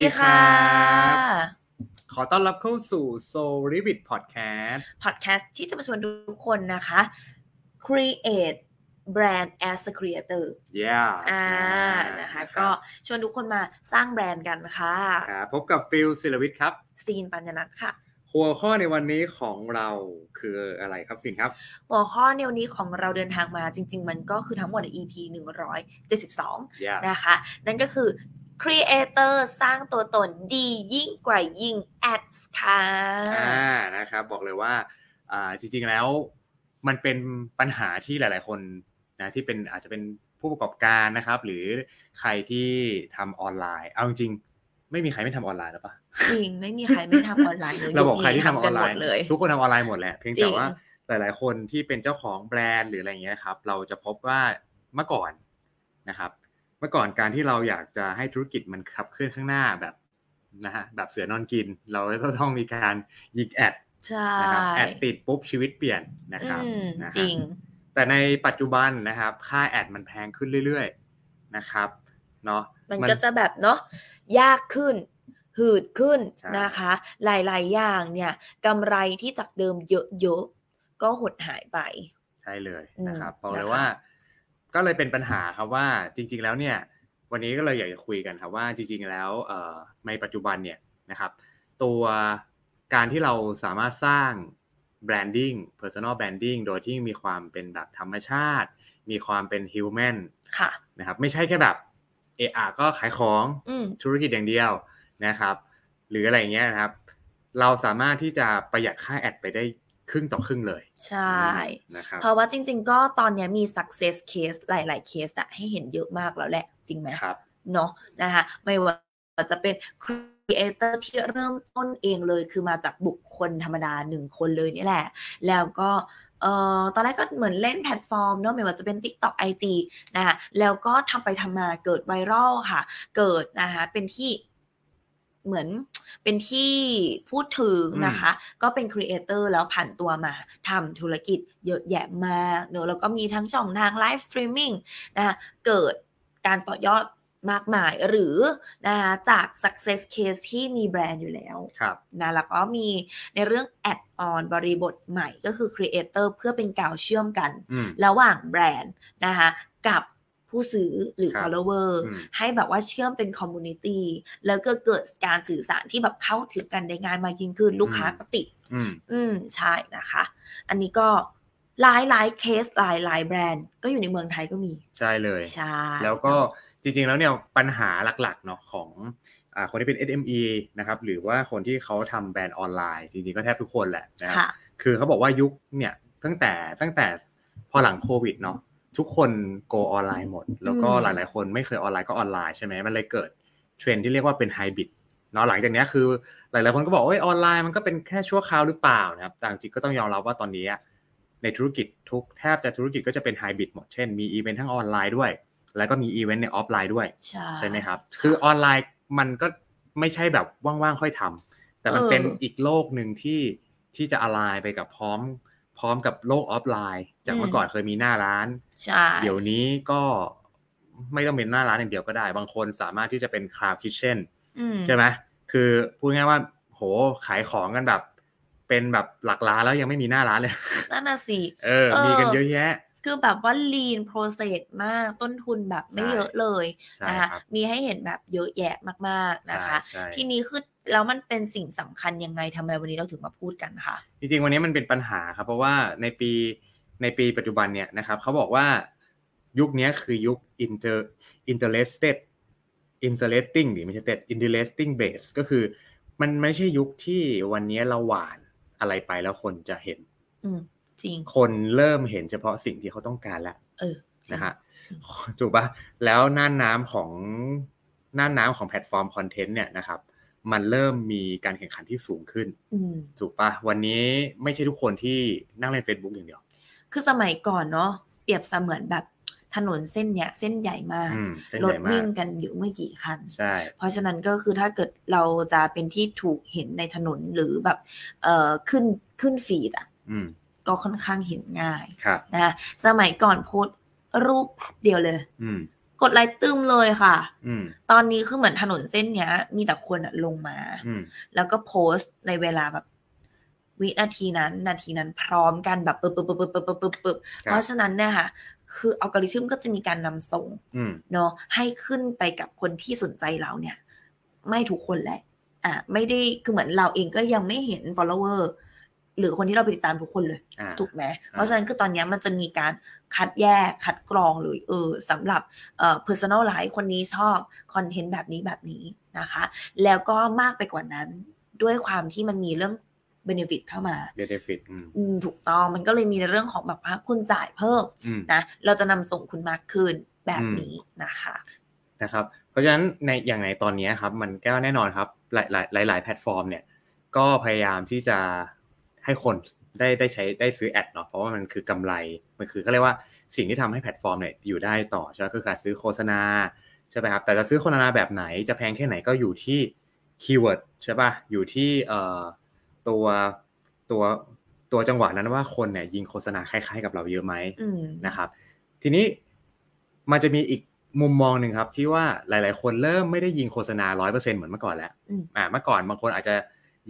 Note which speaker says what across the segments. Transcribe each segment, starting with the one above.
Speaker 1: ดีค่ะ
Speaker 2: ขอต้อนรับเข้าสู่ Soul Ribbit Podcast
Speaker 1: พอดแคสต์ที่จะมาชวนทุกคนนะคะ create brand as a creator
Speaker 2: yeah
Speaker 1: อ่านะคะก็ชวนทุกคนมาสร้างแบรนด์กันค่ะ
Speaker 2: ครับพบกับฟิลศิลวิทย์ครับ
Speaker 1: ซีนปัญญนัทค่ะ
Speaker 2: หัวข้อในวันนี้ของเราคืออะไรครับสินครับ
Speaker 1: หัวข้อในวันนี้ของเราเดินทางมาจริง ๆ มันก็คือทั้งหมดใน EP 172
Speaker 2: yeah
Speaker 1: นะคะ นั่นก็คือ creator สร้างตัวตนดียิ่งกว่ายิง ads ค่ะ
Speaker 2: อ่านะครับบอกเลยว่าอ่าจริงๆแล้วมันเป็นปัญหาที่หลาย ๆ คนนะที่เป็นอาจจะเป็นผู้ประกอบการนะครับ หรือใครที่ทำออนไลน์ เอาจริงๆไม่มีใครไม่ทำออนไลน์หรอปะ
Speaker 1: จริง ไม่มีใครไม่ทำออนไลน์เลย
Speaker 2: เราบอกใครที่ทำอ
Speaker 1: กั
Speaker 2: อนไล
Speaker 1: หมด
Speaker 2: น์
Speaker 1: เลย
Speaker 2: ทุกคนทำออนไลน์หมดแหละเพียง
Speaker 1: จริ
Speaker 2: แต่
Speaker 1: ง
Speaker 2: ว่าหลาย ๆ คนที่เป็นเจ้าของแบรนด์หรืออะไรอย่างเงี้ยครับ เราจะพบว่าเมื่อก่อนนะครับ เมื่อก่อนการที่เราอยากจะให้ธุรกิจมันขับเคลื่อนข้างหน้าแบบนะฮะแบบเสือนอนกิน เราก็ต้องมีการยิงแอด
Speaker 1: ใช่
Speaker 2: นะครับแอดติดปุ๊บชีวิตเปลี่ยนนะครับ
Speaker 1: อืม
Speaker 2: นะฮะ
Speaker 1: จริง
Speaker 2: แต่ในปัจจุบันนะครับ ค่าแอดมันแพงขึ้นเรื่อยๆนะครับเนาะ
Speaker 1: มัน
Speaker 2: มัน
Speaker 1: ก็จะแบบเนาะยากขึ้น หืดขึ้น
Speaker 2: ใช่
Speaker 1: นะคะ หลาย ๆ อย่างเนี่ยกำไรที่จากเดิมเยอะ ๆ ก็หดหายไป
Speaker 2: ใช่เลย
Speaker 1: อืม
Speaker 2: นะครับบอกเลย
Speaker 1: นะคะ
Speaker 2: ว่า ก็เลยเป็นปัญหาครับว่าจริง ๆ แล้วเนี่ย วันนี้ก็เลยอยากจะคุยกันครับว่าจริง ๆ แล้วเอ่อในปัจจุบันเนี่ยนะครับ ตัวการที่เราสามารถสร้าง branding personal branding โดยที่มีความเป็นแบบธรรมชาติ มีความเป็น human
Speaker 1: ค่ะ
Speaker 2: นะครับ ไม่ใช่แค่แบบเออก็ขายของ
Speaker 1: อืม
Speaker 2: ธุรกิจอย่างเดียวนะครับ หรืออะไรอย่างเงี้ยนะครับ เราสามารถที่จะประหยัดค่าแอดไปได้ครึ่งต่อครึ่งเลย
Speaker 1: ใช่
Speaker 2: นะครับ
Speaker 1: เพราะว่าจริง ๆ ก็ตอนเนี้ยมี success case หลาย ๆ เคสอะให้เห็นเยอะมากแล้วแหละ จริงไหม
Speaker 2: ครับ
Speaker 1: เนาะนะคะไม่ว่าจะเป็นครีเอเตอร์ที่เริ่มต้นเองเลยคือมาจากบุคคลธรรมดาหนึ่งคนเลยนี่แหละ แล้วก็เอ่อตอนแรกก็เหมือนเล่นแพลตฟอร์มเนาะไม่ว่าจะเป็น TikTok IG นะคะแล้วก็ทำไปทำมาเกิดไวรัลค่ะ เกิดนะคะเป็นที่เหมือนเป็นที่พูดถึงนะคะ ก็เป็นครีเอเตอร์แล้วผ่านตัวมาทำธุรกิจเยอะแยะมากเนอะแล้วก็มีทั้งช่องทางไลฟ์สตรีมมิ่งนะคะเกิดการต่อยอดมากมายหรือนะคะจาก success case ที่มีแบรนด์อยู่แล้ว
Speaker 2: ครับ
Speaker 1: นะแล้วก็มีในเรื่อง add on บริบทใหม่ก็คือครีเอเตอร์เพื่อเป็นกาวเชื่อมกัน
Speaker 2: อืม
Speaker 1: ระหว่างแบรนด์นะคะกับผู้ซื้อหรือ
Speaker 2: ครับ
Speaker 1: follower
Speaker 2: อืม
Speaker 1: ให้แบบว่าเชื่อมเป็น community แล้วก็เกิดการสื่อสารที่แบบเข้าถึงกันได้ง่ายมากยิ่งขึ้น ลูกค้าก็ติด
Speaker 2: อืม
Speaker 1: อืมใช่นะคะ อันนี้ก็หลายหลายๆเคสหลายหลายๆแบรนด์ก็อยู่ในเมืองไทยก็มี
Speaker 2: ใช่เลย
Speaker 1: ใช่
Speaker 2: แล้วก็จริงๆแล้วเนี่ยปัญหาหลักๆเนาะของอ่าคนที่เป็น SME นะครับหรือว่าคนที่เขาทำแบรนด์ออนไลน์จริงๆก็แทบทุกคนแหละนะครับ
Speaker 1: ค่ะ
Speaker 2: คือเขาบอกว่ายุคเนี่ยตั้งแต่ตั้งแต่พอหลังโควิดเนาะทุกคนโกออนไลน์หมด แล้วก็
Speaker 1: อืม
Speaker 2: หลาย ๆ คนไม่เคยออนไลน์ก็ออนไลน์ใช่ไหมมันเลยเกิดเทรนด์ที่เรียกว่าเป็นไฮบริดเนาะหลังจากเนี้ยคือหลาย ๆ คนก็บอกว่าเอ้ยออนไลน์มันก็เป็นแค่ชั่วคราวหรือเปล่านะครับแต่จริงๆก็ต้องยอมรับว่าตอนนี้อะในธุรกิจทุกแทบจะธุรกิจก็จะเป็นไฮบริดหมดเช่นมีอีเวนท์ทั้งออนไลน์ด้วย แล้วก็มีอีเวนท์ในออฟไลน์ด้วย
Speaker 1: ใช่
Speaker 2: ใช่ไหมครับ คือออนไลน์มันก็ไม่ใช่แบบว่างๆ ค่อยทำ แต่มันเป็นอีกโลกหนึ่งที่ที่จะออนไลน์ไปกับพร้อม พร้อมกับโลกออฟไลน์ จากเมื่อก่อนเคยมีหน้าร้าน
Speaker 1: ใช่
Speaker 2: เดี๋ยวนี้ก็ไม่ต้องเป็นหน้าร้านอย่างเดียวก็ได้ บางคนสามารถที่จะเป็นคราฟคิทเช่น
Speaker 1: อืม
Speaker 2: ใช่ไหม คือพูดง่ายๆว่า โห ขายของกันแบบ เป็นแบบหลักล้านแล้วยังไม่มีหน้าร้านเลย
Speaker 1: นั่นน่ะสิ
Speaker 2: เออ
Speaker 1: เออ
Speaker 2: มีกันเยอะแยะ
Speaker 1: คือแบบว่า lean process มากต้นทุนแบบไม่
Speaker 2: ใช่
Speaker 1: เยอะเลย
Speaker 2: ใช่
Speaker 1: นะ
Speaker 2: ค
Speaker 1: คะ
Speaker 2: รับ
Speaker 1: มีให้เห็นแบบเยอะแยะมากๆนะคะ
Speaker 2: ใช่ใช่
Speaker 1: ทีนี้คือแล้วมันเป็นสิ่งสำคัญยังไงทำไมวันนี้เราถึงมาพูดกันคะ
Speaker 2: จริงๆ วันนี้มันเป็นปัญหาครับ เพราะว่าในปีในปีปัจจุบันเนี่ยนะครับเขาบอกว่ายุคเนี้ยคือยุค inter interested interesting หรือไม่ใช่ ted interesting base ก็คือมันไม่ใช่ยุคที่วันนี้เราหวานอะไรไปแล้วคนจะเห็น
Speaker 1: อืม จริง
Speaker 2: คนเริ่มเห็นเฉพาะสิ่งที่เขาต้องการแล้ว
Speaker 1: เออจริง
Speaker 2: นะฮะ
Speaker 1: จริง
Speaker 2: ถูกปะแล้วหน้าน้ำของหน้าน้ำของแพลตฟอร์มคอนเทนต์เนี่ยนะครับ มันเริ่มมีการแข่งขันที่สูงขึ้น
Speaker 1: อืม
Speaker 2: ถูกปะวันนี้ไม่ใช่ทุกคนที่นั่งเล่น Facebook อย่างเดียว
Speaker 1: คือสมัยก่อนเนาะเปรียบเสมือนแบบถนนเส้นเนี้ยเส้นใหญ่มาก
Speaker 2: อืมเส้น
Speaker 1: ร
Speaker 2: ให
Speaker 1: ถ
Speaker 2: ญ่มา
Speaker 1: วิ่
Speaker 2: ก
Speaker 1: งกันอยู่ไม่กี่คัน
Speaker 2: ใช่
Speaker 1: เพราะฉะนั้นก็คือถ้าเกิดเราจะเป็นที่ถูกเห็นในถนนหรือแบบเอ่อขึ้นขึ้นฟีดอ่ะ
Speaker 2: อืม
Speaker 1: ก็ค่อนข้างเห็นง่าย
Speaker 2: ครับ
Speaker 1: นะสมัยก่อนโพสต์รูปแป๊บเดียวเลย
Speaker 2: อืม
Speaker 1: กดไลค์ตึมเลยค่ะ
Speaker 2: อืม
Speaker 1: ตอนนี้คือเหมือนถนนเส้นเนี้ย มีแต่คนอะลงมา
Speaker 2: อืม
Speaker 1: แล้วก็โพสต์ในเวลาแบบ วินาทีนั้น นาทีนั้นพร้อมกันแบบปึ๊บปึ๊บปึ๊บปึ๊บปึ๊บปึ๊บปึ๊บ
Speaker 2: ค
Speaker 1: เพ
Speaker 2: รับ
Speaker 1: ราะฉะนั้นเนี่ยค่ะ คืออัลกอริทึมก็จะมีการนำส่ง
Speaker 2: อืม
Speaker 1: เนาะให้ขึ้นไปกับคนที่สนใจเราเนี่ย ไม่ทุกคนแหละ อ่ะไม่ได้คือเหมือนเราเองก็ยังไม่เห็น follower หรือคนที่เราไปติดตามทุกคนเลย
Speaker 2: อ่า
Speaker 1: ถูกไหมเพราะฉะนั้นคือตอนเนี้ยมันจะมีการคัดแยกคัดกรองเลยเออสำหรับเอ่อ personal life คนนี้ชอบคอนเทนต์แบบนี้แบบนี้นะคะ แล้วก็มากไปกว่านั้นด้วยความที่มันมีเรื่อง benefit เข้ามา
Speaker 2: benefit อืม
Speaker 1: อืมถูกต้องมันก็เลยมีในเรื่องของแบบว่าคุณจ่ายเพิ่ม
Speaker 2: อืม
Speaker 1: นะ เราจะนำส่งคุณมากขึ้นแบบนี้นะคะ
Speaker 2: นะครับเพราะฉะนั้นในอย่างในตอนนี้ครับมันก็แน่นอนครับหลายหลายหลายหลายแพลตฟอร์มเนี่ยก็พยายามที่จะให้คนได้ได้ใช้ได้ซื้อแอดเนาะเพราะว่ามันคือกำไรมันคือเขาเรียกว่าสิ่งที่ทำให้แพลตฟอร์มเนี่ยอยู่ได้ต่อใช่ไหมก็คือการซื้อโฆษณาใช่ไหมครับแต่จะซื้อโฆษณาแบบไหนจะแพงแค่ไหนก็อยู่ที่คีย์เวิร์ดใช่ป่ะอยู่ที่เอ่อตัวตัวตัวจังหวะนั้นว่าคนเนี่ยยิงโฆษณาคล้ายๆกับเราเยอะไหม
Speaker 1: อืม
Speaker 2: นะครับทีนี้มันจะมีอีกมุมมองหนึ่งครับที่ว่าหลาย ๆ คนเริ่มไม่ได้ยิงโฆษณา 100%เหมือนเมื่อก่อนแล้ว
Speaker 1: อืม
Speaker 2: อ่าเมื่อก่อนบางคนอาจจะ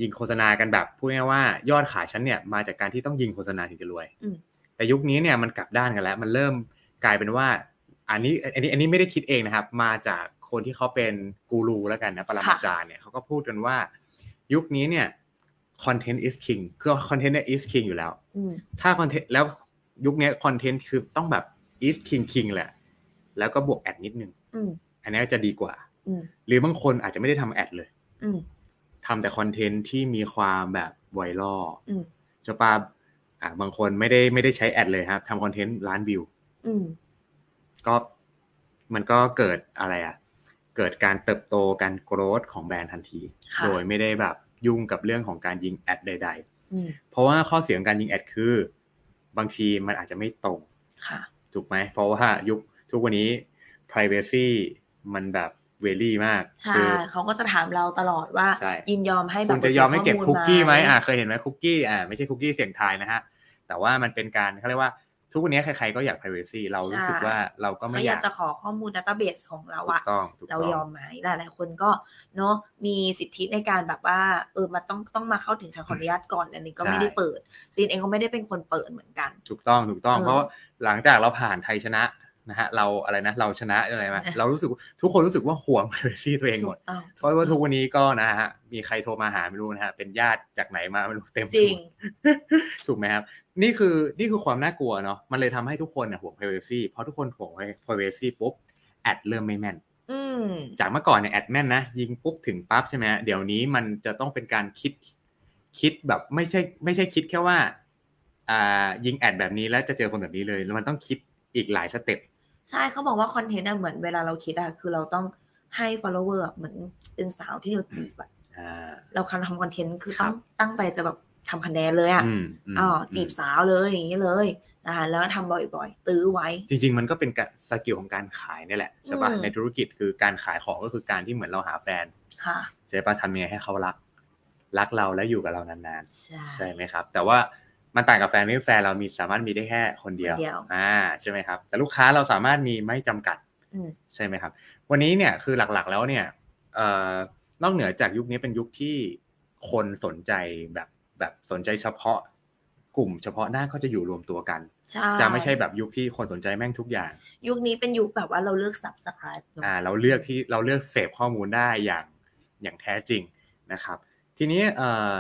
Speaker 2: ยิงโฆษณากันแบบพูดง่ายๆว่ายอดขายฉันเนี่ยมาจากการที่ต้องยิงโฆษณาถึงจะรวย
Speaker 1: อืม
Speaker 2: แต่ยุคนี้เนี่ยมันกลับด้านกันแล้ว มันเริ่มกลายเป็นว่าอันนี้อันนี้อันนี้ไม่ได้คิดเองนะครับ มาจากคนที่เขาเป็นกูรูแล้วกันนะปรมาจารย์เนี่ยเขาก็พูดกันว่า ยุคนี้เนี่ย content is king คือ content เนี่ย is king อยู่แล้ว
Speaker 1: อืม
Speaker 2: ถ้าคอนเทนต์แล้วยุคเนี้คอนเทนต์คือต้องแบบ is king king แหละ แล้วก็บวกแอดนิดนึง
Speaker 1: อืม
Speaker 2: อันนี้ก็จะดีกว่า
Speaker 1: อืม
Speaker 2: หรือบางคนอาจจะไม่ได้ทำแอดเลย
Speaker 1: อืม
Speaker 2: ทำแต่คอนเทนต์ที่มีความแบบไวรัล
Speaker 1: อืม
Speaker 2: จะปาอ่ะบางคนไม่ได้ไม่ได้ใช้แอดเลยครับทำคอนเทนต์ล้านวิว
Speaker 1: อืม
Speaker 2: ก็มันก็เกิดอะไรอ่ะ เกิดการเติบโตการโกรธของแบรนด์ทันที
Speaker 1: ค่ะ
Speaker 2: โดยไม่ได้แบบยุ่งกับเรื่องของการยิงแอดใด
Speaker 1: อืม
Speaker 2: ๆ เพราะว่าข้อเสียของการยิงแอดคือบางทีมันอาจจะไม่ตรง
Speaker 1: ค่ะ
Speaker 2: ถูกไหม เพราะว่ายุคทุกวันนี้ privacy มันแบบเวลี่มาก
Speaker 1: ใช่
Speaker 2: คือ
Speaker 1: เขาก็จะถามเราตลอดว่า
Speaker 2: ใช่
Speaker 1: ยินยอมให้แบบ
Speaker 2: คุณจะยอมให้เก็บ
Speaker 1: ปิดผย
Speaker 2: คุกกี้ไหม
Speaker 1: ข้ล
Speaker 2: อ่าเคยเห็นไหมคุกกี้อ่าไม่ใช่คุกกี้เสียงทายนะฮะ แต่ว่ามันเป็นการเขาเรียกว่าทุกวันนี้ใครๆก็อยาก privacy เรารู้สึก
Speaker 1: ใช่
Speaker 2: ว่าเราก็
Speaker 1: เขา
Speaker 2: ไม่อ
Speaker 1: อา
Speaker 2: ยา
Speaker 1: ย
Speaker 2: ก ก
Speaker 1: จะขอข้อมูลดัตต้าเบสของเรา
Speaker 2: ถู
Speaker 1: อะ
Speaker 2: กต้องถูกต้
Speaker 1: เรา
Speaker 2: อง
Speaker 1: ยอมไหมหลายหลายๆคนก็เนาะมีสิทธิในการแบบว่า เออมาต้องต้องมาเข้าถึงฉันขออนุญาตก่อนอันนี้ก็ไม่ได้เปิดซีนเองก็ไม่ได้เป็นคนเปิดเหมือนกัน
Speaker 2: ถูกต้องถูกต้อง
Speaker 1: เออ
Speaker 2: เพราะหลังจากเราผ่านไทยชนะนะฮะเราอะไรนะเราชนะอะไรมา
Speaker 1: เออ
Speaker 2: เรารู้สึกทุกคนรู้สึกว่าห่วง privacy ตัวเองหมด
Speaker 1: ถูกต้อง
Speaker 2: เพราะว่าทุกวันนี้ก็นะฮะมีใครโทรมาหาไม่รู้นะฮะเป็นญาติจากไหนมาไม่รู้เต็มไปหม
Speaker 1: จ
Speaker 2: ด
Speaker 1: ริง
Speaker 2: ถูกไหมครับนี่คือนี่คือความน่ากลัวเนาะมันเลยทำให้ทุกคนเนี่ยห่วง privacy เพราะทุกคนห่วง privacy ปุ๊บแอดเริ่มไม่แม่น
Speaker 1: อืม
Speaker 2: จากเมื่อก่อนเนี่ยแอดแม่นนะยิงปุ๊บถึงปั๊บใช่ไหมฮะเดี๋ยวนี้มันจะต้องเป็นการคิดคิดแบบไม่ใช่ไม่ใช่คิดแค่ว่าอ่ายิงแอดแบบนี้แล้วจะเจอคนแบบนี้เลยแล้วมันต้องคิดอีกหลายสเต็ป
Speaker 1: ใช่เขาบอกว่าคอนเทนต์อะเหมือนเวลาเราคิดอะคือเราต้องให้ follower อะเหมือนเป็นสาวที่เราจีบอะ
Speaker 2: อ่า
Speaker 1: เราคันทำคอนเทนต์คือ
Speaker 2: ครั
Speaker 1: ต้อบ งตั้งใจจะแบบทำคะแนนเลยอะ
Speaker 2: อืมม
Speaker 1: อ๋อจีบสาวเลยอย่างนี้เลยนะคะแล้วทำบ่อยๆตื้อไว้
Speaker 2: จริง ๆ มันก็เป็นการสกิลของการขายนี่แหละใช่ปะ
Speaker 1: อืม
Speaker 2: ในธุรกิจคือการขายของก็คือการที่เหมือนเราหาแฟน
Speaker 1: ค่ะ
Speaker 2: ใช่ปะทำยังไงให้เขารัก รักเราและอยู่กับเรานาน
Speaker 1: ใช่
Speaker 2: ๆ ใช่ไหมครับ แต่ว่ามันต่างกับแฟนที่แฟนเรามีสามารถมีได้แค่คนเดียว
Speaker 1: คนเดียว
Speaker 2: อ่าใช่ไหมครับ แต่ลูกค้าเราสามารถมีไม่จำกัด
Speaker 1: อืม
Speaker 2: ใช่ไหมครับ วันนี้เนี่ยคือหลักๆแล้วเนี่ยเอ่อนอกเหนือจากยุคนี้เป็นยุคที่คนสนใจแบบแบบสนใจเฉพาะกลุ่มเฉพาะหน้าก็จะอยู่รวมตัวกัน
Speaker 1: ใช่
Speaker 2: จะไม่ใช่แบบยุคที่คนสนใจแม่งทุกอย่าง
Speaker 1: ยุคนี้เป็นยุคแบบว่าเราเลือก subscribe เนอะ
Speaker 2: อ่าเราเลือกที่เราเลือกเสพข้อมูลได้อย่างอย่างแท้จริงนะครับ ทีนี้เอ่อ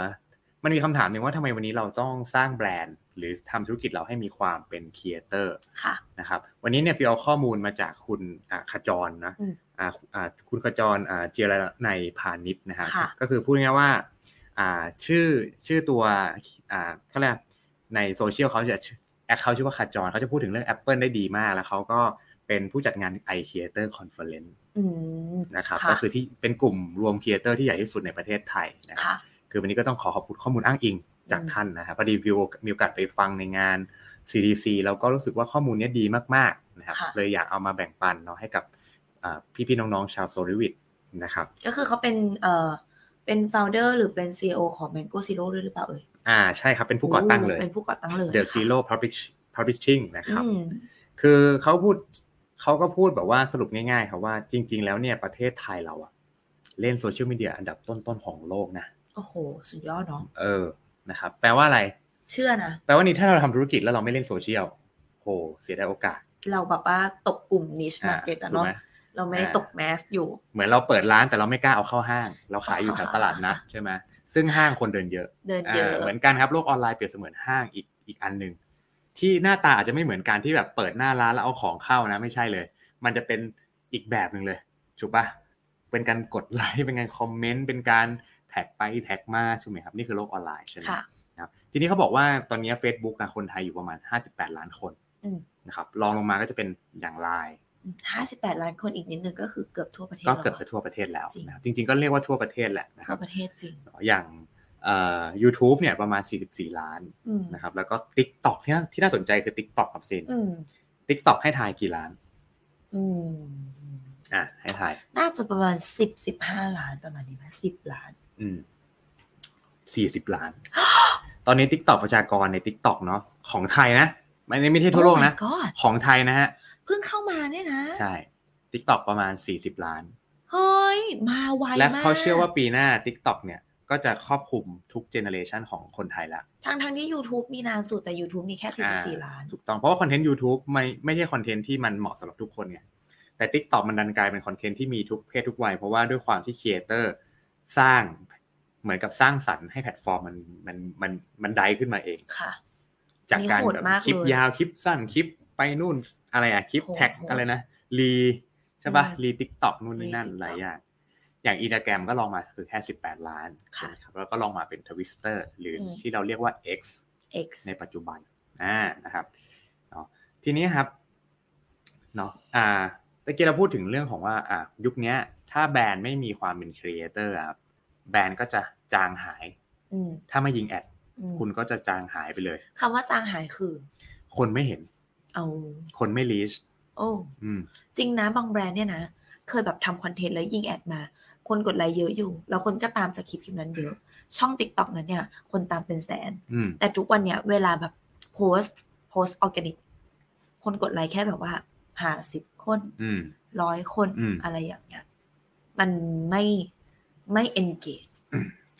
Speaker 2: มันมีคำถามหนึ่งว่าทำไมวันนี้เราต้องสร้างแบรนด์ หรือทำธุรกิจเราให้มีความเป็นครีเอเตอร์
Speaker 1: ค่ะ
Speaker 2: นะครับวันนี้เนี่ยพี่เอาข้อมูลมาจากคุณอ่าขจรนะ
Speaker 1: อืม
Speaker 2: อ่าอ่าคุณขจรอ่าเจรนัยพาณิชย์นะครับ
Speaker 1: ค่ะ
Speaker 2: ก็คือพูดง่ายๆว่าอ่าชื่อชื่อตัวอ่าเขาเรียกในโซเชียลเขาจะแอคเขาชื่อว่าขจรเขาจะพูดถึงเรื่อง Apple ได้ดีมากแล้วเขาก็เป็นผู้จัดงาน i Creator Conference
Speaker 1: อืม
Speaker 2: นะครับ
Speaker 1: ค่ะ
Speaker 2: ก็คือที่เป็นกลุ่มรวมครีเอเตอร์ที่ใหญ่ที่สุดในประเทศไทยนะครับ
Speaker 1: ค่ะ
Speaker 2: คือวันนี้ก็ต้องขอขอบคุณข้อมูลอ้างอิงจาก
Speaker 1: อืม
Speaker 2: ท่านนะครับพอดีวิวมีโอกาสไปฟังในงาน CDC แล้วก็รู้สึกว่าข้อมูลเนี้ยดีมากๆนะครับ
Speaker 1: ค่ะ
Speaker 2: เลยอยากเอามาแบ่งปันเนาะให้กับอ่าพี่ๆน้องๆชาวโซลิวิทนะครับ
Speaker 1: ก็คือเขาเป็นเอ่อเป็น founder หรือเป็น CEO ของ Mango Zero ด้วยหรือเปล่าเอ่ย
Speaker 2: อ่าใช่ครับ เป็นผู้ก่อตั้งเลย
Speaker 1: เป็นผู้ก่อตั้งเลย
Speaker 2: The Zero Publish- Publishing นะครับ
Speaker 1: อืม
Speaker 2: คือเขาพูด เขาก็พูดแบบว่าสรุปง่ายๆครับว่าจริง ๆ แล้วเนี่ยประเทศไทยเราอะเล่นโซเชียลมีเดียอันดับต้นๆของโลกนะ
Speaker 1: โอ้โห สุดยอดเนาะ
Speaker 2: เออ นะครับ แปลว่าอะไร
Speaker 1: เชื่อนะ
Speaker 2: แปลว่านี่ถ้าเราทำธุรกิจแล้วเราไม่เล่นโซเชียล โห เสียดายโอกาส
Speaker 1: เราแบบว่าตกกลุ่มนิช
Speaker 2: อ่า
Speaker 1: มาร์เก็ตอะ
Speaker 2: ถูก
Speaker 1: เนาะ
Speaker 2: ไหม
Speaker 1: เราไม่ได้ตกแมสอยู่
Speaker 2: เหมือนเราเปิดร้านแต่เราไม่กล้าเอาเข้าห้าง เราขาย อยู่แถวตลาดนัดใช่ไหมซึ่งห้างคนเดินเยอะ
Speaker 1: เดินเย
Speaker 2: อ่า
Speaker 1: อะ
Speaker 2: เหมือนกันครับโลกออนไลน์เปรียบเสมือนห้างอีกอีกอันหนึ่งที่หน้าตาอาจจะไม่เหมือนการที่แบบเปิดหน้าร้านแล้วเอาของเข้านะไม่ใช่เลย มันจะเป็นอีกแบบหนึ่งเลยถูกปะเป็นการกดไลค์เป็นการคอมเมนต์เป็นการแท็กไปแท็กมาใช่ไหมครับนี่คือโลกออนไลน์ใช่ไหม
Speaker 1: ค่ะ
Speaker 2: นะครับทีนี้เขาบอกว่าตอนนี้ Facebook อะคนไทยอยู่ประมาณ 58 ล้านคน
Speaker 1: อืม
Speaker 2: นะครับรองลงมาก็จะเป็นอย่างไลน์
Speaker 1: ห้าสิบแปดล้านคนอีกนิดนึงก็คือเกือบทั่วประเทศ
Speaker 2: ก็
Speaker 1: แล้ว
Speaker 2: เกือบจะ
Speaker 1: อะ
Speaker 2: ทั่วประเทศแล้ว
Speaker 1: จริง
Speaker 2: นะครับจริงๆก็เรียกว่าทั่วประเทศแหละนะค
Speaker 1: ทั่
Speaker 2: รั
Speaker 1: ว
Speaker 2: บ
Speaker 1: ประเทศจริง
Speaker 2: อย่างเอ่อ u t u b e เนี่ยประมาณ 44 ล้าน
Speaker 1: อืม
Speaker 2: นะครับแล้วก็ TikTok ที่น่าที่น่าสนใจคือ TikTok กับซิน
Speaker 1: อืม
Speaker 2: TikTok ให้ทายกี่ล้าน
Speaker 1: อืม
Speaker 2: อ่ะให้ทาย
Speaker 1: น่าจะประมาณสิบสิบห้าล้านประมาณนี้ไหมสิบล้าน
Speaker 2: อืม40 ล้าน ตอนนี้ TikTok ประชากรใน TikTok เนาะของไทยนะไม่ไม่ใช่ทั่วโลกนะ
Speaker 1: Oh my god
Speaker 2: ของไทยนะฮะ
Speaker 1: เพิ่งเข้ามาเนี่ยนะ
Speaker 2: ใช่ TikTok ประมาณ 40 ล้าน
Speaker 1: เฮ้ย มาไวมาก
Speaker 2: และเขาเชื่อว่าปีหน้า TikTok เนี่ย ก็จะครอบคลุมทุกเจเนอเรชันของคนไทยละ
Speaker 1: ทั้งทั้งที่ YouTube มีนานสุด แต่ YouTube มีแค่ 44 ล้าน
Speaker 2: ถูกต้องเพราะว่าคอนเทนต์ YouTube ไม่ไม่ใช่คอนเทนต์ที่มันเหมาะสำหรับทุกคนไงแต่ TikTok มันดันกลายเป็นคอนเทนต์ที่มีทุกเพศทุกวัย เพราะว่าด้วยความที่ครีเอเตอร์สร้างเหมือนกับสร้างสรรค์ให้แพลตฟอร์มมันมันมันมันไดขึ้นมาเอง
Speaker 1: ค่ะ
Speaker 2: จากการ
Speaker 1: นี่โหด
Speaker 2: แบบ
Speaker 1: มาก
Speaker 2: คลิป
Speaker 1: เลย
Speaker 2: ยาวคลิปสั้นคลิปไปนู่นอะไรอะคลิป
Speaker 1: โหด
Speaker 2: แท็ก
Speaker 1: โหด
Speaker 2: อะไรนะรีใช่ปะ
Speaker 1: อืม
Speaker 2: รีทิกตอกนู่นนี่นั่น
Speaker 1: TikTok
Speaker 2: หลายอย่างอย่างอิน a g แกรมก็ลองมาคือแค่ 18 ล้านใช่
Speaker 1: ค่ะ
Speaker 2: ไหมครับแล้วก็ลองมาเป็นทวิสเตอร์หรืออ
Speaker 1: ม
Speaker 2: ที่เราเรียกว่า X
Speaker 1: X
Speaker 2: ในปัจจุบันอ่านะครับเนาะทีนี้ครับเนาะอ่าตะกี้เราพูดถึงเรื่องของว่าอ่ายุคเนี้ย ถ้าแบรนด์ไม่มีความเป็นครีเอเตอร์ครับแบรนด์ก็จะจางหาย
Speaker 1: อืม
Speaker 2: ถ้าไม่ยิงแอด
Speaker 1: อืม
Speaker 2: คุณก็จะจางหายไปเลย
Speaker 1: คำว่าจางหายคือ
Speaker 2: คนไม่เห็น
Speaker 1: เอา
Speaker 2: คนไม่รีช
Speaker 1: โอ้
Speaker 2: อืม
Speaker 1: จริงนะ บางแบรนด์เนี่ยนะ เคยแบบทำคอนเทนต์แล้วยิงแอดมา คนกดไลค์เยอะอยู่ แล้วคนก็ตามจากคลิปคลิปนั้นเยอะ ช่อง TikTok นั้นเนี่ย คนตามเป็นแสน
Speaker 2: อืม
Speaker 1: แต่ทุกวันเนี่ยเวลาแบบโพสต์โพสต์ออร์แกนิก คนกดไลค์แค่แบบว่าห้าสิบคน
Speaker 2: อืม
Speaker 1: ร้อยคน
Speaker 2: อืม
Speaker 1: อะไรอย่างเงี้ย มันไม่ไม่ engage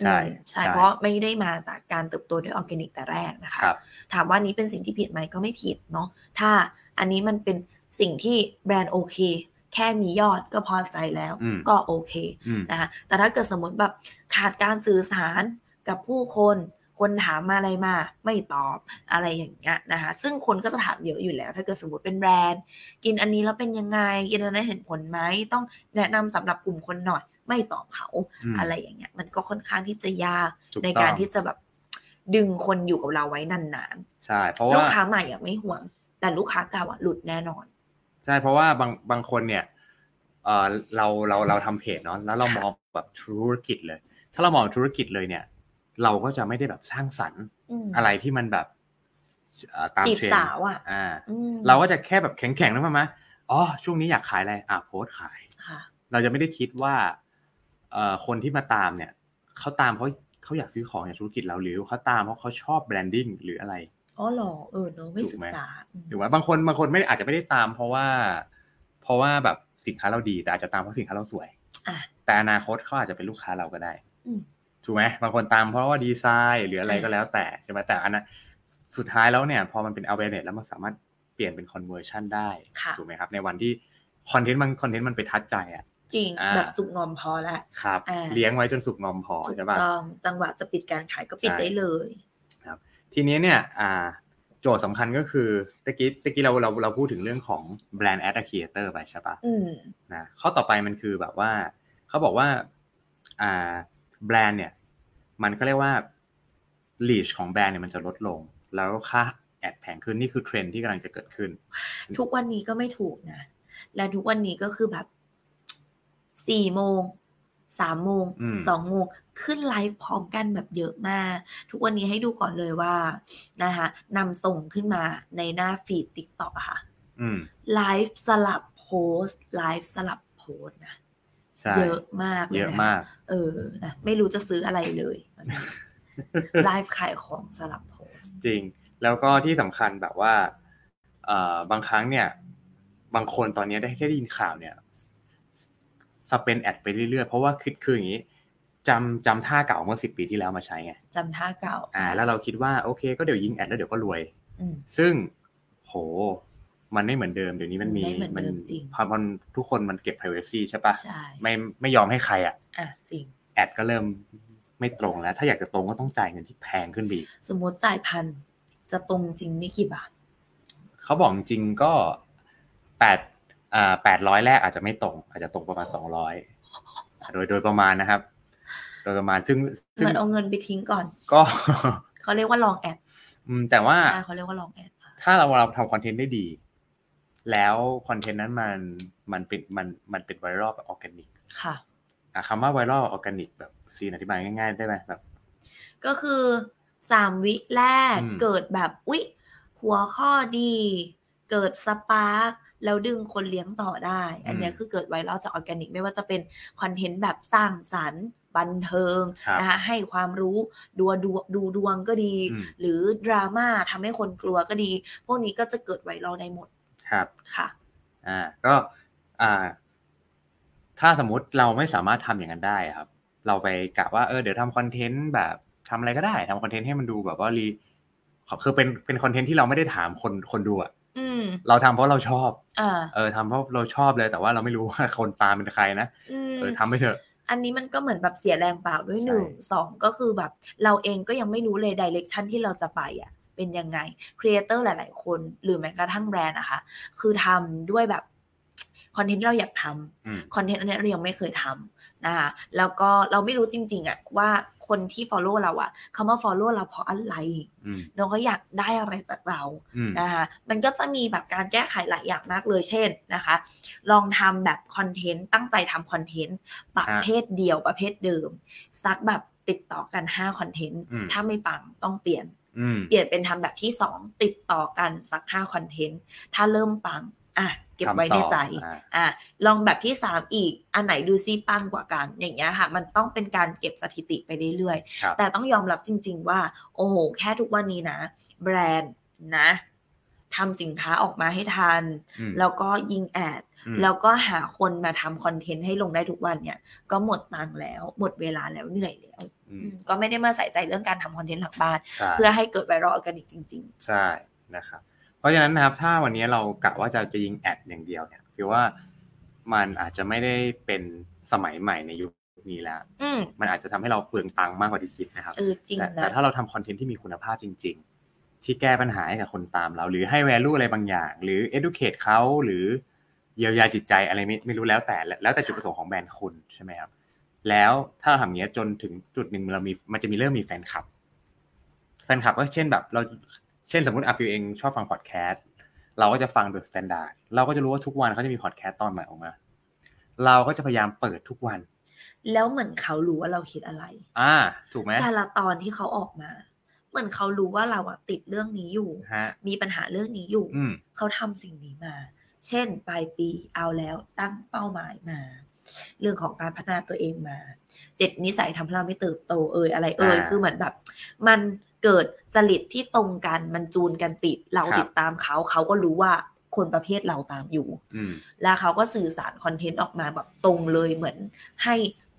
Speaker 2: ใช่
Speaker 1: อืมใช่
Speaker 2: ใช่
Speaker 1: เพราะไม่ได้มาจากการเติบโตด้วยออร์แกนิกแต่แรกนะคะ
Speaker 2: ครับ
Speaker 1: ถามว่านี้เป็นสิ่งที่ผิดไหมก็ไม่ผิดเนาะถ้าอันนี้มันเป็นสิ่งที่แบรนด์โอเค แค่มียอดก็พอใจแล้ว
Speaker 2: อืม
Speaker 1: ก็โอเค
Speaker 2: อืม
Speaker 1: นะคะแต่ถ้าเกิดสมมติแบบขาดการสื่อสารกับผู้คน คนถามมาอะไรมาไม่ตอบอะไรอย่างเงี้ยนะคะซึ่งคนก็จะถามเยอะอยู่แล้ว ถ้าเกิดสมมติเป็นแบรนด์ กินอันนี้แล้วเป็นยังไง กินอันนั้นเห็นผลไหม ต้องแนะนำสำหรับกลุ่มคนหน่อย ไม่ตอบเขา
Speaker 2: อืม
Speaker 1: อะไรอย่างเงี้ย มันก็ค่อนข้างที่จะยาก
Speaker 2: ถู
Speaker 1: ใน
Speaker 2: ต้อง
Speaker 1: การที่จะแบบดึงคนอยู่กับเราไว้นาน
Speaker 2: ใช่ เพราะ
Speaker 1: ๆ ลู
Speaker 2: ว่าก
Speaker 1: ค้าใหม่อะไม่ห่วง แต่ลูกค้าเก่าอะหลุดแน่นอน
Speaker 2: ใช่เพราะว่าบางบางคนเนี่ยเออเราเราเราทำเพจเนาะแล้วเรามองแบบธุรกิจเลย ถ้าเรามองธุรกิจเลยเนี่ย เราก็จะไม่ได้แบบสร้างสรรค์
Speaker 1: อืม
Speaker 2: อะไรที่มันแบบเอ่อตาม
Speaker 1: จีบ
Speaker 2: เทรน
Speaker 1: สา
Speaker 2: ด์
Speaker 1: วอะ
Speaker 2: อ่า
Speaker 1: อืม
Speaker 2: เราก็จะแค่แบบแข็งๆนะมั้ยมะอ๋อช่วงนี้อยากขายอะไรอ่ะโพสต์ขาย
Speaker 1: ค่ะ
Speaker 2: เราจะไม่ได้คิดว่าเอ่อคนที่มาตามเนี่ยเขาตามเพราะเขาอยากซื้อของอยากธุรกิจเราหรือเขาตามเพราะเขาชอบแบรนดิ้งหรืออะไร
Speaker 1: อ๋อเหรอเออเนอะไม่ศึกษา
Speaker 2: หรือว่าบางคนบางคนไม่ได้อาจจะไม่ได้ตาม เพราะว่า เพราะว่าแบบสินค้าเราดีแต่อาจจะตามเพราะสินค้าเราสวย
Speaker 1: อ่ะ
Speaker 2: แต่อนาคตเขาอาจจะเป็นลูกค้าเราก็ได้
Speaker 1: อืม
Speaker 2: ถูกไหมบางคนตามเพราะว่าดีไซน์หรืออะไร
Speaker 1: ใช่
Speaker 2: ก็แล้วแต่ใช่ไหมแต่อันนั้นสุดท้ายแล้วเนี่ย พอมันเป็น awareness แล้วมันสามารถเปลี่ยนเป็น conversion ได้
Speaker 1: ค่ะ
Speaker 2: ถูกไหมครับ ในวันที่คอนเทนต์มันคอนเทนต์มันไปทัดใจอ่ะ
Speaker 1: จริง
Speaker 2: อ่า
Speaker 1: แบบสุกงอมพอละ
Speaker 2: ครับ
Speaker 1: อ่า
Speaker 2: เลี้ยงไว้จนสุกงอมพอ
Speaker 1: ถูก
Speaker 2: ใช่ป่ะ
Speaker 1: ต้องจังหวะจะปิดการขายก็ปิด
Speaker 2: ใช่
Speaker 1: ได้เลย
Speaker 2: ทีนี้เนี่ยอ่าโจทย์สำคัญก็คือตะกี้ตะกี้เราเราเราพูดถึงเรื่องของแบรนด์แอดเคียเตอร์ไปใช่ปะ
Speaker 1: อืม
Speaker 2: นะข้อต่อไปมันคือแบบว่าเขาบอกว่าอ่าแบรนด์เนี่ย มันก็เรียกว่า reach ของแบรนด์เนี่ยมันจะลดลง แล้วค่าแอดแพงขึ้นนี่คือเทรนด์ที่กำลังจะเกิดขึ้น
Speaker 1: ทุกวันนี้ก็ไม่ถูกนะ และทุกวันนี้ก็คือแบบสี่โมงสามโมง
Speaker 2: อืม
Speaker 1: สองโมงขึ้นไลฟ์พร้อมกันแบบเยอะมาก ทุกวันนี้ให้ดูก่อนเลยว่านะคะนำส่งขึ้นมาในหน้าฟีดติ๊กต็อกอะค่ะ
Speaker 2: อืม
Speaker 1: ไลฟ์สลับโพสต์ไลฟ์สลับโพสต์นะ
Speaker 2: ใช่
Speaker 1: เยอะมากเล
Speaker 2: เย
Speaker 1: ย
Speaker 2: อะ
Speaker 1: นะ
Speaker 2: มาก
Speaker 1: เออนะไม่รู้จะซื้ออะไรเลยวัน นี้ไลฟ์ขายของสลับโพสต์
Speaker 2: จริง แล้วก็ที่สำคัญแบบว่าเอ่อบางครั้งเนี่ย บางคนตอนนี้ได้ได้ยินข่าวเนี่ยสเปนแอดไปเรื่อยๆ เพราะว่าคิดคืออย่างนี้จำจำท่าเก่าเมื่อสิบปีที่แล้วมาใช้ไง
Speaker 1: จำท่าเก่า
Speaker 2: อ่า แล้วเราคิดว่าโอเค ก็เดี๋ยวยิงแอดแล้วเดี๋ยวก็รวย
Speaker 1: อืม
Speaker 2: ซึ่งโห มันไม่เหมือนเดิมเดี๋ยวนี้มันมี
Speaker 1: ไม่เหมือนเดิมจริง
Speaker 2: พอมันทุกคนมันเก็บ privacy ใช่ปะ
Speaker 1: ใช่
Speaker 2: ไม่ไม่ยอมให้ใครอ่ะ
Speaker 1: อ่ะจริง
Speaker 2: แอดก็เริ่มไม่ตรงแล้ว ถ้าอยากจะตรงก็ต้องจ่ายเงินที่แพงขึ้นไปอีก
Speaker 1: สมมติจ่ายพันจะตรงจริงนี่กี่บาท
Speaker 2: เขาบอกจริงๆก็แปดอ่าแปดร้อยแรกอาจจะไม่ตรง อาจจะตรงประมาณสองร้อยโดยโดยประมาณนะครับ โดยประมาณซึ่ง
Speaker 1: เห
Speaker 2: ซึ่ง
Speaker 1: มือนเอาเงินไปทิ้งก่อน
Speaker 2: ก็
Speaker 1: เขาเรียกว่าลองแอด
Speaker 2: อืมแต่ว่า
Speaker 1: ใช่เขาเรียกว่าลองแอด
Speaker 2: ถ้าเราเราทำคอนเทนต์ได้ดี แล้วคอนเทนต์นั้นมันมันเป็นมันมันเป็นไวรัลแบบออร์แกนิก
Speaker 1: ค่ะ
Speaker 2: อ่ะคำว่าไวรัลออร์แกนิกแบบซีนอธิบายง่ายๆ ได้ไหมแบบ
Speaker 1: ก็คือสามวิแรก
Speaker 2: อืม
Speaker 1: เกิดแบบอุ๊ยหัวข้อดี เกิดสปาร์กแล้วดึงคนเลี้ยงต่อได้ อันเนี้ยคือเกิดไวรัลจากออร์แกนิก ไม่ว่าจะเป็นคอนเทนต์แบบสร้างสรรค์ บันเทิง
Speaker 2: ครับ
Speaker 1: นะคะให้ความรู้ดูดูดูดวงก็ดี
Speaker 2: อืม
Speaker 1: หรือดราม่าทำให้คนกลัวก็ดี พวกนี้ก็จะเกิดไวรัลได้หมด
Speaker 2: ครับ
Speaker 1: ค่ะ
Speaker 2: อ่าก็อ่า ถ้าสมมติเราไม่สามารถทำอย่างนั้นได้ครับ เราไปกะว่าเออเดี๋ยวทำคอนเทนต์แบบทำอะไรก็ได้ทำคอนเทนต์ให้มันดูแบบว่ารีคือเป็นเป็นคอนเทนต์ที่เราไม่ได้ถามคนคนดูอะ
Speaker 1: อืม
Speaker 2: เราทำเพราะเราชอบ
Speaker 1: อ่า
Speaker 2: เออทำเพราะเราชอบเลย แต่ว่าเราไม่รู้ว่าคนตามเป็นใครนะ
Speaker 1: อืม
Speaker 2: เออทำไปเถอะ
Speaker 1: อันนี้มันก็เหมือนแบบเสียแรงเปล่าด้วย
Speaker 2: ใช่
Speaker 1: หนึ่งสองก็คือแบบเราเองก็ยังไม่รู้เลยดิเรกชันที่เราจะไปอ่ะเป็นยังไงครีเอเตอร์หลาย ๆ คนหรือแม้กระทั่งแบรนด์นะคะ คือทำด้วยแบบคอนเทนต์เราอยากท
Speaker 2: อืม
Speaker 1: ำคอนเทนต์อันเนี้ยเรายังไม่เคยทำนะคะแล้วก็เราไม่รู้จริง ๆอ่ะว่าคนที่ follow เราอ่ะเขามา follow เราเพราะอะไร
Speaker 2: อืม
Speaker 1: น้องก็อยากได้อะไรจากเรา
Speaker 2: อืม
Speaker 1: นะคะมันก็จะมีแบบการแก้ไขหลายอย่างมากเลยเช่นนะคะ ลองทำแบบคอนเทนต์ตั้งใจทำคอนเทนต์ประเภทเดียวประเภทเดิมซักแบบติดต่อกัน5คอนเทนต์
Speaker 2: อืม
Speaker 1: ถ้าไม่ปังต้องเปลี่ยน
Speaker 2: อืม
Speaker 1: เปลี่ยนเป็นทำแบบที่ 2 ติดต่อกันสัก5คอนเทนต์ถ้าเริ่มปังอ่ะเก็บไว้ในใจ
Speaker 2: ทำต่ออ่า
Speaker 1: อ่ะลองแบบที่ 3 อีกอันไหนดูซิปังกว่ากันอย่างเงี้ยค่ะ มันต้องเป็นการเก็บสถิติไปเรื่อย
Speaker 2: ครับ
Speaker 1: ๆแต่ต้องยอมรับจริง ๆ ว่า โอ้โห แค่ทุกวันนี้นะ แบรนด์นะทำสินค้าออกมาให้ทัน
Speaker 2: อืม
Speaker 1: แล้วก็ยิงแอด
Speaker 2: อืม
Speaker 1: แล้วก็หาคนมาทำคอนเทนต์ให้ลงได้ทุกวันเนี่ย ก็หมดตังค์แล้วหมดเวลาแล้วเหนื่อยแล้ว
Speaker 2: อื
Speaker 1: อื
Speaker 2: ม
Speaker 1: มก็ไม่ได้มาใส่ใจเรื่องการทำคอนเทนต์หลังบ้าน
Speaker 2: ใช่
Speaker 1: เพื่อให้เกิดไวรัลออร์แกนิกจริง
Speaker 2: ใช่นะครับ เพราะฉะนั้นนะครับ ถ้าวันนี้เรากะว่าจะจะยิงแอดอย่างเดียวเนี่ยคือว่ามันอาจจะไม่ได้เป็นสมัยใหม่ในยุคนี้แล้ว
Speaker 1: ๆ อืม
Speaker 2: มันอาจจะทำให้เราเปลืองตังค์มากกว่าที่คิดนะครับ
Speaker 1: เออจริง
Speaker 2: แต่แต่
Speaker 1: นะ
Speaker 2: ถ้าเราทำคอนเทนต์ที่มีคุณภาพจริง ๆ ที่แก้ปัญหาให้กับคนตามเรา หรือให้ value อะไรบางอย่าง หรือ educate เขาหรือเยียวยาจิตใจอะไรไม่ไม่รู้แล้วแต่แล้วแล้วแต่จุดประสงค์ของแบรนด์คุณใช่ไหมครับ แล้วถ้าเราทำอย่างเงี้ยจนถึงจุดหนึ่งเรามีมันจะมีเริ่มมีแฟนคลับ แฟนคลับก็เช่นแบบเราเช่นสมมติอาฟิวเองชอบฟังพอดแคสต์เราก็จะฟังเดอะสแตนดาร์ดเราก็จะรู้ว่าทุกวันเขาจะมีพอดแคสต์ตอนใหม่ออกมา เราก็จะพยายามเปิดทุกวัน
Speaker 1: แล้วเหมือนเขารู้ว่าเราคิดอะไร
Speaker 2: อ่า ถูกไหม
Speaker 1: แต่ละตอนที่เขาออกมา เหมือนเขารู้ว่าเราอะติดเรื่องนี้อยู่
Speaker 2: ฮะ
Speaker 1: มีปัญหาเรื่องนี้อยู่
Speaker 2: อืม
Speaker 1: เขาทำสิ่งนี้มา เช่นปลายปีเอาแล้วตั้งเป้าหมายมา เรื่องของการพัฒนาตัวเองมา เจ็ดนิสัยทำให้เราไม่เติบโตเอ่ยอะไรเอ่ย
Speaker 2: อ่า
Speaker 1: คือเหมือนแบบ มันเกิดจริตที่ตรงกันมันจูนกันติดเรา
Speaker 2: ครับ
Speaker 1: ติดตามเขาเขาก็รู้ว่าคนประเภทเราตามอยู่
Speaker 2: อืม
Speaker 1: แล้วเขาก็สื่อสารคอนเทนต์ออกมาแบบตรงเลยเหมือนให้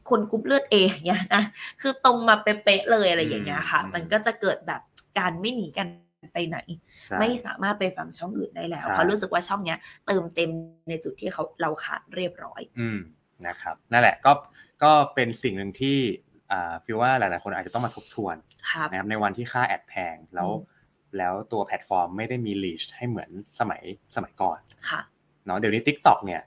Speaker 1: คนกรุ๊ปเลือดเออย่างเงี้ยนะคือตรงมาเป๊ะๆเลยอะไรอย่างเงี้ยค่ะ
Speaker 2: อืม
Speaker 1: มันก็จะเกิดแบบการไม่หนีกันไปไหน
Speaker 2: ใช่
Speaker 1: ไม่สามารถไปฟังช่องอื่นได้แล้ว
Speaker 2: ใช่
Speaker 1: เพราะรู้สึกว่าช่องเนี้ยเติมเต็มในจุดที่เขาเราขาดเรียบร้อย
Speaker 2: อืมนะครับนั่นแหละก็ก็เป็นสิ่งหนึ่งที่อ่าฟิวว่าหลาย ๆ คนอาจจะต้องมาทบทวน
Speaker 1: ครับ
Speaker 2: นะครับในวันที่ค่าแอดแพงแล้ว
Speaker 1: อืม
Speaker 2: แล้วตัวแพลตฟอร์มไม่ได้มีลีชให้เหมือนสมัยสมัยก่อน
Speaker 1: ค่ะ
Speaker 2: เนาะเดี๋ยวนี้ Tik t o อกเนี่ย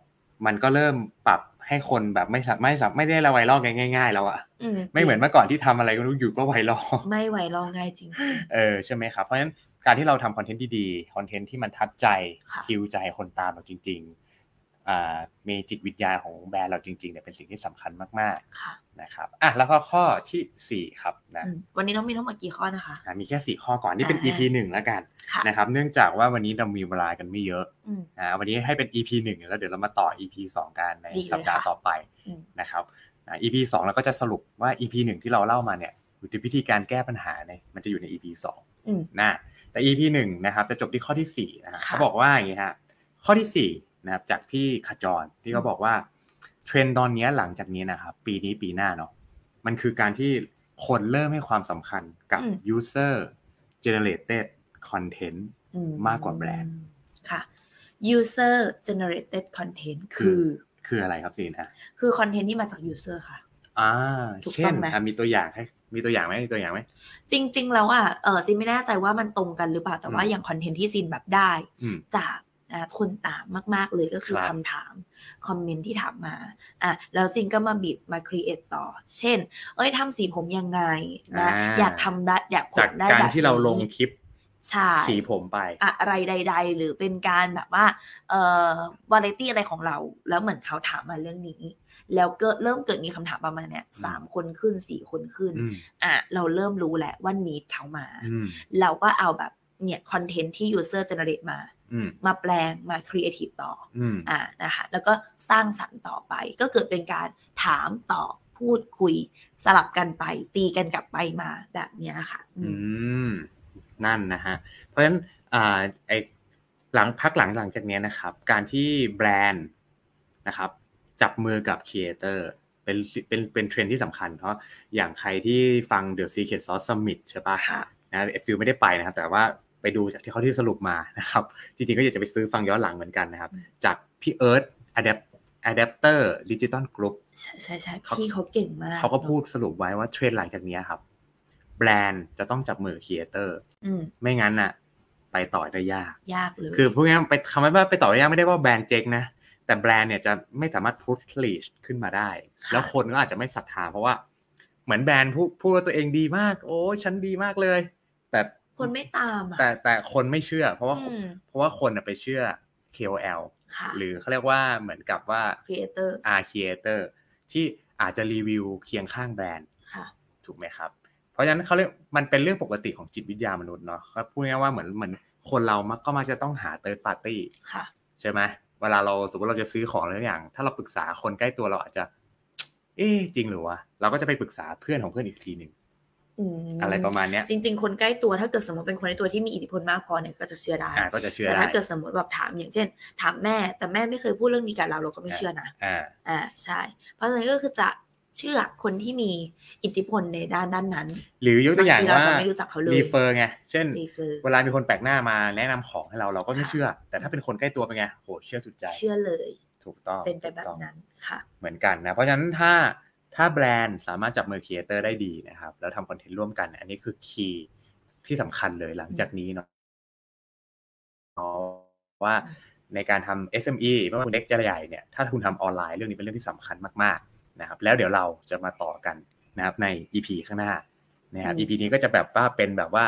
Speaker 2: มันก็เริ่มปรับให้คนแบบไม่สะไม่สะไม่ได้ละไวรัลกันง่าย ๆ แล้วอะ
Speaker 1: อืจริง
Speaker 2: ไม่เหมือนเมื่อก่อนที่ทำอะไรก็รู้อยู่ก็ไวรัล
Speaker 1: ไม่ไหวลองง่ายจริง
Speaker 2: เออใช่ไหมครับเพราะฉะนั้นการที่เราทำคอนเทนต์ดีๆคอนเทนต์ที่มันทัดใจ
Speaker 1: ค่ะ
Speaker 2: ฮิวใจคนตามเราจริงๆอ่ามีจิตวิทยาของแบรนด์เราจริงๆเนี่ยเป็นสิ่งที่สำคัญมาก
Speaker 1: ๆ ค่ะ
Speaker 2: ๆนะครับอ่ะแล้วก็ข้อทีสี่4 ครับนะ
Speaker 1: อืมวันนี้น้องมีทั้งหมดกี่ข้อนะคะ
Speaker 2: อ่ะมีแค่ 4 ข้อก่อนนี่เป็น
Speaker 1: อ่า
Speaker 2: EP หนึ่งแล้วกัน
Speaker 1: ค่ะ
Speaker 2: นะครับเนื่องจากว่าวันนี้เรามีเวลากันไม่เยอะ
Speaker 1: อืม
Speaker 2: นะวันนี้ให้เป็น EP หนึ่งแล้วเดี๋ยวเรามาต่อ EP สองกันใน
Speaker 1: ดีเลย
Speaker 2: สัปดาห์
Speaker 1: ค่ะ
Speaker 2: ต่อไป
Speaker 1: อืม
Speaker 2: นะครับอ่ะ EP สองเราก็จะสรุปว่า EP หนึ่งที่เราเล่ามาเนี่ยวิธีการแก้ปัญหาเนี่ยมันจะอยู่ใน EP สอง
Speaker 1: อืม
Speaker 2: นะแต่ EP หนึ่งนะครับจะจบที่ข้อที่สี่นะฮะ
Speaker 1: ค่ะ
Speaker 2: เขาบอกว่าอย่างนี้ฮะข้อที่สี่ นะครับจากพี่ขจรที่เขาบอกว่าเทรนด์ตอนเนี้ยหลังจากนี้นะครับปีนี้ปีหน้าเนาะมันคือการที่คนเริ่มให้ความสำคัญกับ
Speaker 1: อืม
Speaker 2: user generated content
Speaker 1: อื
Speaker 2: มากกว่าแบรนด์
Speaker 1: ค่ะ user generated content คือ
Speaker 2: คืออะไรครับซีนฮะ
Speaker 1: คือคอนเทนต์ที่มาจาก user ค่ะ
Speaker 2: อ่า
Speaker 1: ถูกต้อง
Speaker 2: เช่น
Speaker 1: ไหม
Speaker 2: อ่ะมีตัวอย่างให้มีตัวอย่างไหมมีตัวอย่างไหม
Speaker 1: จริง ๆ แล้วอ่ะเออซินไม่แน่ใจว่ามันตรงกันหรือเปล่า แต่ว่า
Speaker 2: อืม
Speaker 1: อย่างคอนเทนต์ที่ซินแบบได้
Speaker 2: อืม
Speaker 1: จากอ่าคนตามมาก ๆ เลยก็คือ
Speaker 2: ครับ
Speaker 1: คำถาม คอมเมนต์ที่ถามมาอ่ะแล้วซินก็มาบิดมาครีเอทต่อ เช่น เอ้ยทำสีผมยังไงนะ
Speaker 2: อ่า
Speaker 1: อยากทำได้อยากผ
Speaker 2: จาม ก
Speaker 1: ได้
Speaker 2: การ
Speaker 1: แบบ
Speaker 2: ที่เราลง
Speaker 1: นี้
Speaker 2: คลิป
Speaker 1: ใช่
Speaker 2: สีผมไป
Speaker 1: อะไรใด ๆ หรือเป็นการแบบว่าเอ่อวาไรตี้อะไรของเรา แล้วเหมือนเขาถามมาเรื่องนี้ แล้วเกิดเริ่มเกิดมีคำถามประมาณเนี้ยสามคนขึ้นสี่คนขึ้น
Speaker 2: อืม
Speaker 1: อ่ะเราเริ่มรู้แหละว่านีดเขามา
Speaker 2: อืม
Speaker 1: เราก็เอาแบบเนี่ยคอนเทนต์ที่ user generate มา
Speaker 2: อืม
Speaker 1: มาแปลงมา creative ต่อ
Speaker 2: อืม
Speaker 1: อ่านะคะแล้วก็สร้างสรรค์ต่อไปก็เกิดเป็นการถามตอบพูดคุย สลับกันไป ตีกันกลับไปมาแบบเนี้ยค่ะอื
Speaker 2: อื
Speaker 1: ม
Speaker 2: มนั่นนะฮะ เพราะฉะนั้นอ่าไอหลังพักหลังหลังจากเนี้ยนะครับ การที่แบรนด์นะครับ จับมือกับครีเอเตอร์เป็นเป็นเป็นเทรนด์ที่สำคัญ เพราะอย่างใครที่ฟัง The Secret Sauce Summit ใช่ปะ
Speaker 1: ค่ะ
Speaker 2: นะเอฟฟิวไม่ได้ไปนะครับ แต่ว่าไปดูจากที่เขาที่สรุปมานะครับ จริงๆก็อยากจะไปซื้อฟังย้อนหลังเหมือนกันนะครับ จากพี่เอิร์ธอะแดปอะแดปเตอร์ดิจิตอลกรุ๊ป
Speaker 1: ใช่ใช่ใช่
Speaker 2: เขา
Speaker 1: พี่เขาเก่งมาก
Speaker 2: เขาก็พูดสรุปไว้ว่าเทรนด์หลังจากเนี้ยครับ แบรนด์จะต้องจับมือครีเอเตอร์
Speaker 1: อืม
Speaker 2: ไม่งั้นน่ะ ไปต่อได้ยาก
Speaker 1: ยากเลย
Speaker 2: คือพูดง่ายๆไปคำว่าไปต่อได้ยากไม่ได้ว่าแบรนด์เจ๊งนะ แต่แบรนด์เนี่ยจะไม่สามารถพุชลีชขึ้นมาได้ แล้วคนก็อาจจะไม่ศรัทธาเพราะว่า เหมือนแบรนด์พูดพูดว่าตัวเองดีมาก โอ้ยฉันดีมากเลย แต่
Speaker 1: คนไม่ตามอ่ะ
Speaker 2: แต่แต่คนไม่เชื่อ เพราะว่า
Speaker 1: อืม
Speaker 2: เพราะว่าคนน่ะไปเชื่อ KOL
Speaker 1: ค่ะ
Speaker 2: หรือเขาเรียกว่าเหมือนกับว่า
Speaker 1: creator
Speaker 2: R creator ที่อาจจะรีวิวเคียงข้างแบรนด์
Speaker 1: ค่ะ
Speaker 2: ถูกไหมครับ เพราะฉะนั้นเขาเรียกมันเป็นเรื่องปกติของจิตวิทยามนุษย์เนาะก็พูดง่ายๆว่าเหมือนเหมือนคนเรามักก็มักจะต้องหาเติร์ดปาร์ตี้
Speaker 1: ค่ะ
Speaker 2: ใช่ไหมเวลาเราสมมติเราจะซื้อของอะไรอย่าง ถ้าเราปรึกษาคนใกล้ตัวเราอาจจะ เอ๊ะจริงหรือวะเราก็จะไปปรึกษาเพื่อนของเพื่อนอีกทีหนึ่ง
Speaker 1: อืม
Speaker 2: อะไรประมาณเนี้ย
Speaker 1: จริง ๆ คนใกล้ตัวถ้าเกิดสมมติเป็นคนใกล้ตัวที่มีอิทธิพลมากพอเนี่ยก็จะเชื่อได้
Speaker 2: อ่าก็จะเชื่อ
Speaker 1: แต่
Speaker 2: ได้
Speaker 1: ถ้าเกิดสมมติแบบถามอย่างเช่น ถามแม่แต่แม่ไม่เคยพูดเรื่องนี้กับเราเราก็ไม่เชื่อนะ
Speaker 2: อ่า
Speaker 1: อ่าใช่ เพราะฉะนั้นก็คือจะเชื่อคนที่มีอิทธิพลในด้านด้านนั้น
Speaker 2: หรือยกตัวอย่าง
Speaker 1: บทีเรา
Speaker 2: ว่า
Speaker 1: จะไม่รู้จักเขาเลย
Speaker 2: รีเฟอร์ไงเช่น
Speaker 1: รีเฟอร์
Speaker 2: เวลามีคนแปลกหน้ามาแนะนำของให้เราเราก็ไม่เชื่อ แต่ถ้าเป็นคนใกล้ตัวเป็นไงโหเชื่อสุดใจ
Speaker 1: เชื่อเลย
Speaker 2: ถูกต้อง
Speaker 1: เป็นไปแบบ
Speaker 2: ถูกต้อง
Speaker 1: นั้นค่ะ
Speaker 2: เหมือนกันนะ เพราะฉะนั้นถ้าถ้าแบรนด์สามารถจับมือครีเอเตอร์ได้ดีนะครับ แล้วทำคอนเทนต์ร่วมกันเนี่ยอันนี้คือคีย์ที่สำคัญเลยหลังจากนี้เนาะเนาะว่าในการทำ SME ไม่ว่าคุณเล็กจะใหญ่เนี่ยถ้าคุณทำออนไลน์เรื่องนี้เป็นเรื่องที่สำคัญมากๆนะครับ แล้วเดี๋ยวเราจะมาต่อกันนะครับใน EP ข้างหน้านะครับ
Speaker 1: อืม
Speaker 2: EP นี้ก็จะแบบว่าเป็นแบบว่า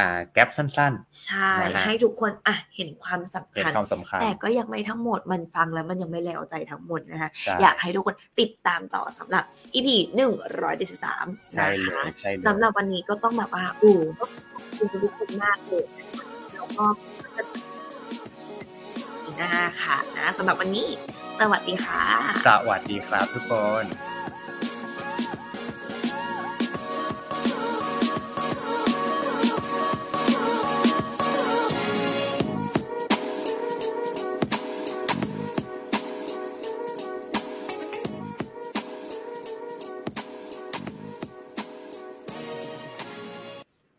Speaker 2: อ่าแกลสั้น
Speaker 1: ใช่
Speaker 2: นะฮะ
Speaker 1: ให้ทุกคนอ่ะเห็นความสำ
Speaker 2: ๆ เห็น
Speaker 1: คัญ
Speaker 2: ความสำคัญ
Speaker 1: แต่ก็ยังไม่ทั้งหมดมันฟังแล้วมันยังไม่แล้วใจทั้งหมดนะคะ
Speaker 2: ใช่
Speaker 1: อยากให้ทุกคนติดตามต่อสำหรับ EP หนึ่งร้อยเจ็ดสิบสาม
Speaker 2: ใช่เล
Speaker 1: นะคะ
Speaker 2: ยใช่เลย
Speaker 1: สำหรับวันนี้ก็ต้องแบบว่าอู้ก็ขอบคุณทุกคนมากเลยนะคะแล้วก็จะหน้าค่ะนะสำหรับวันนี้ สวัสดีค่ะ
Speaker 2: สวัสดีครับทุกคน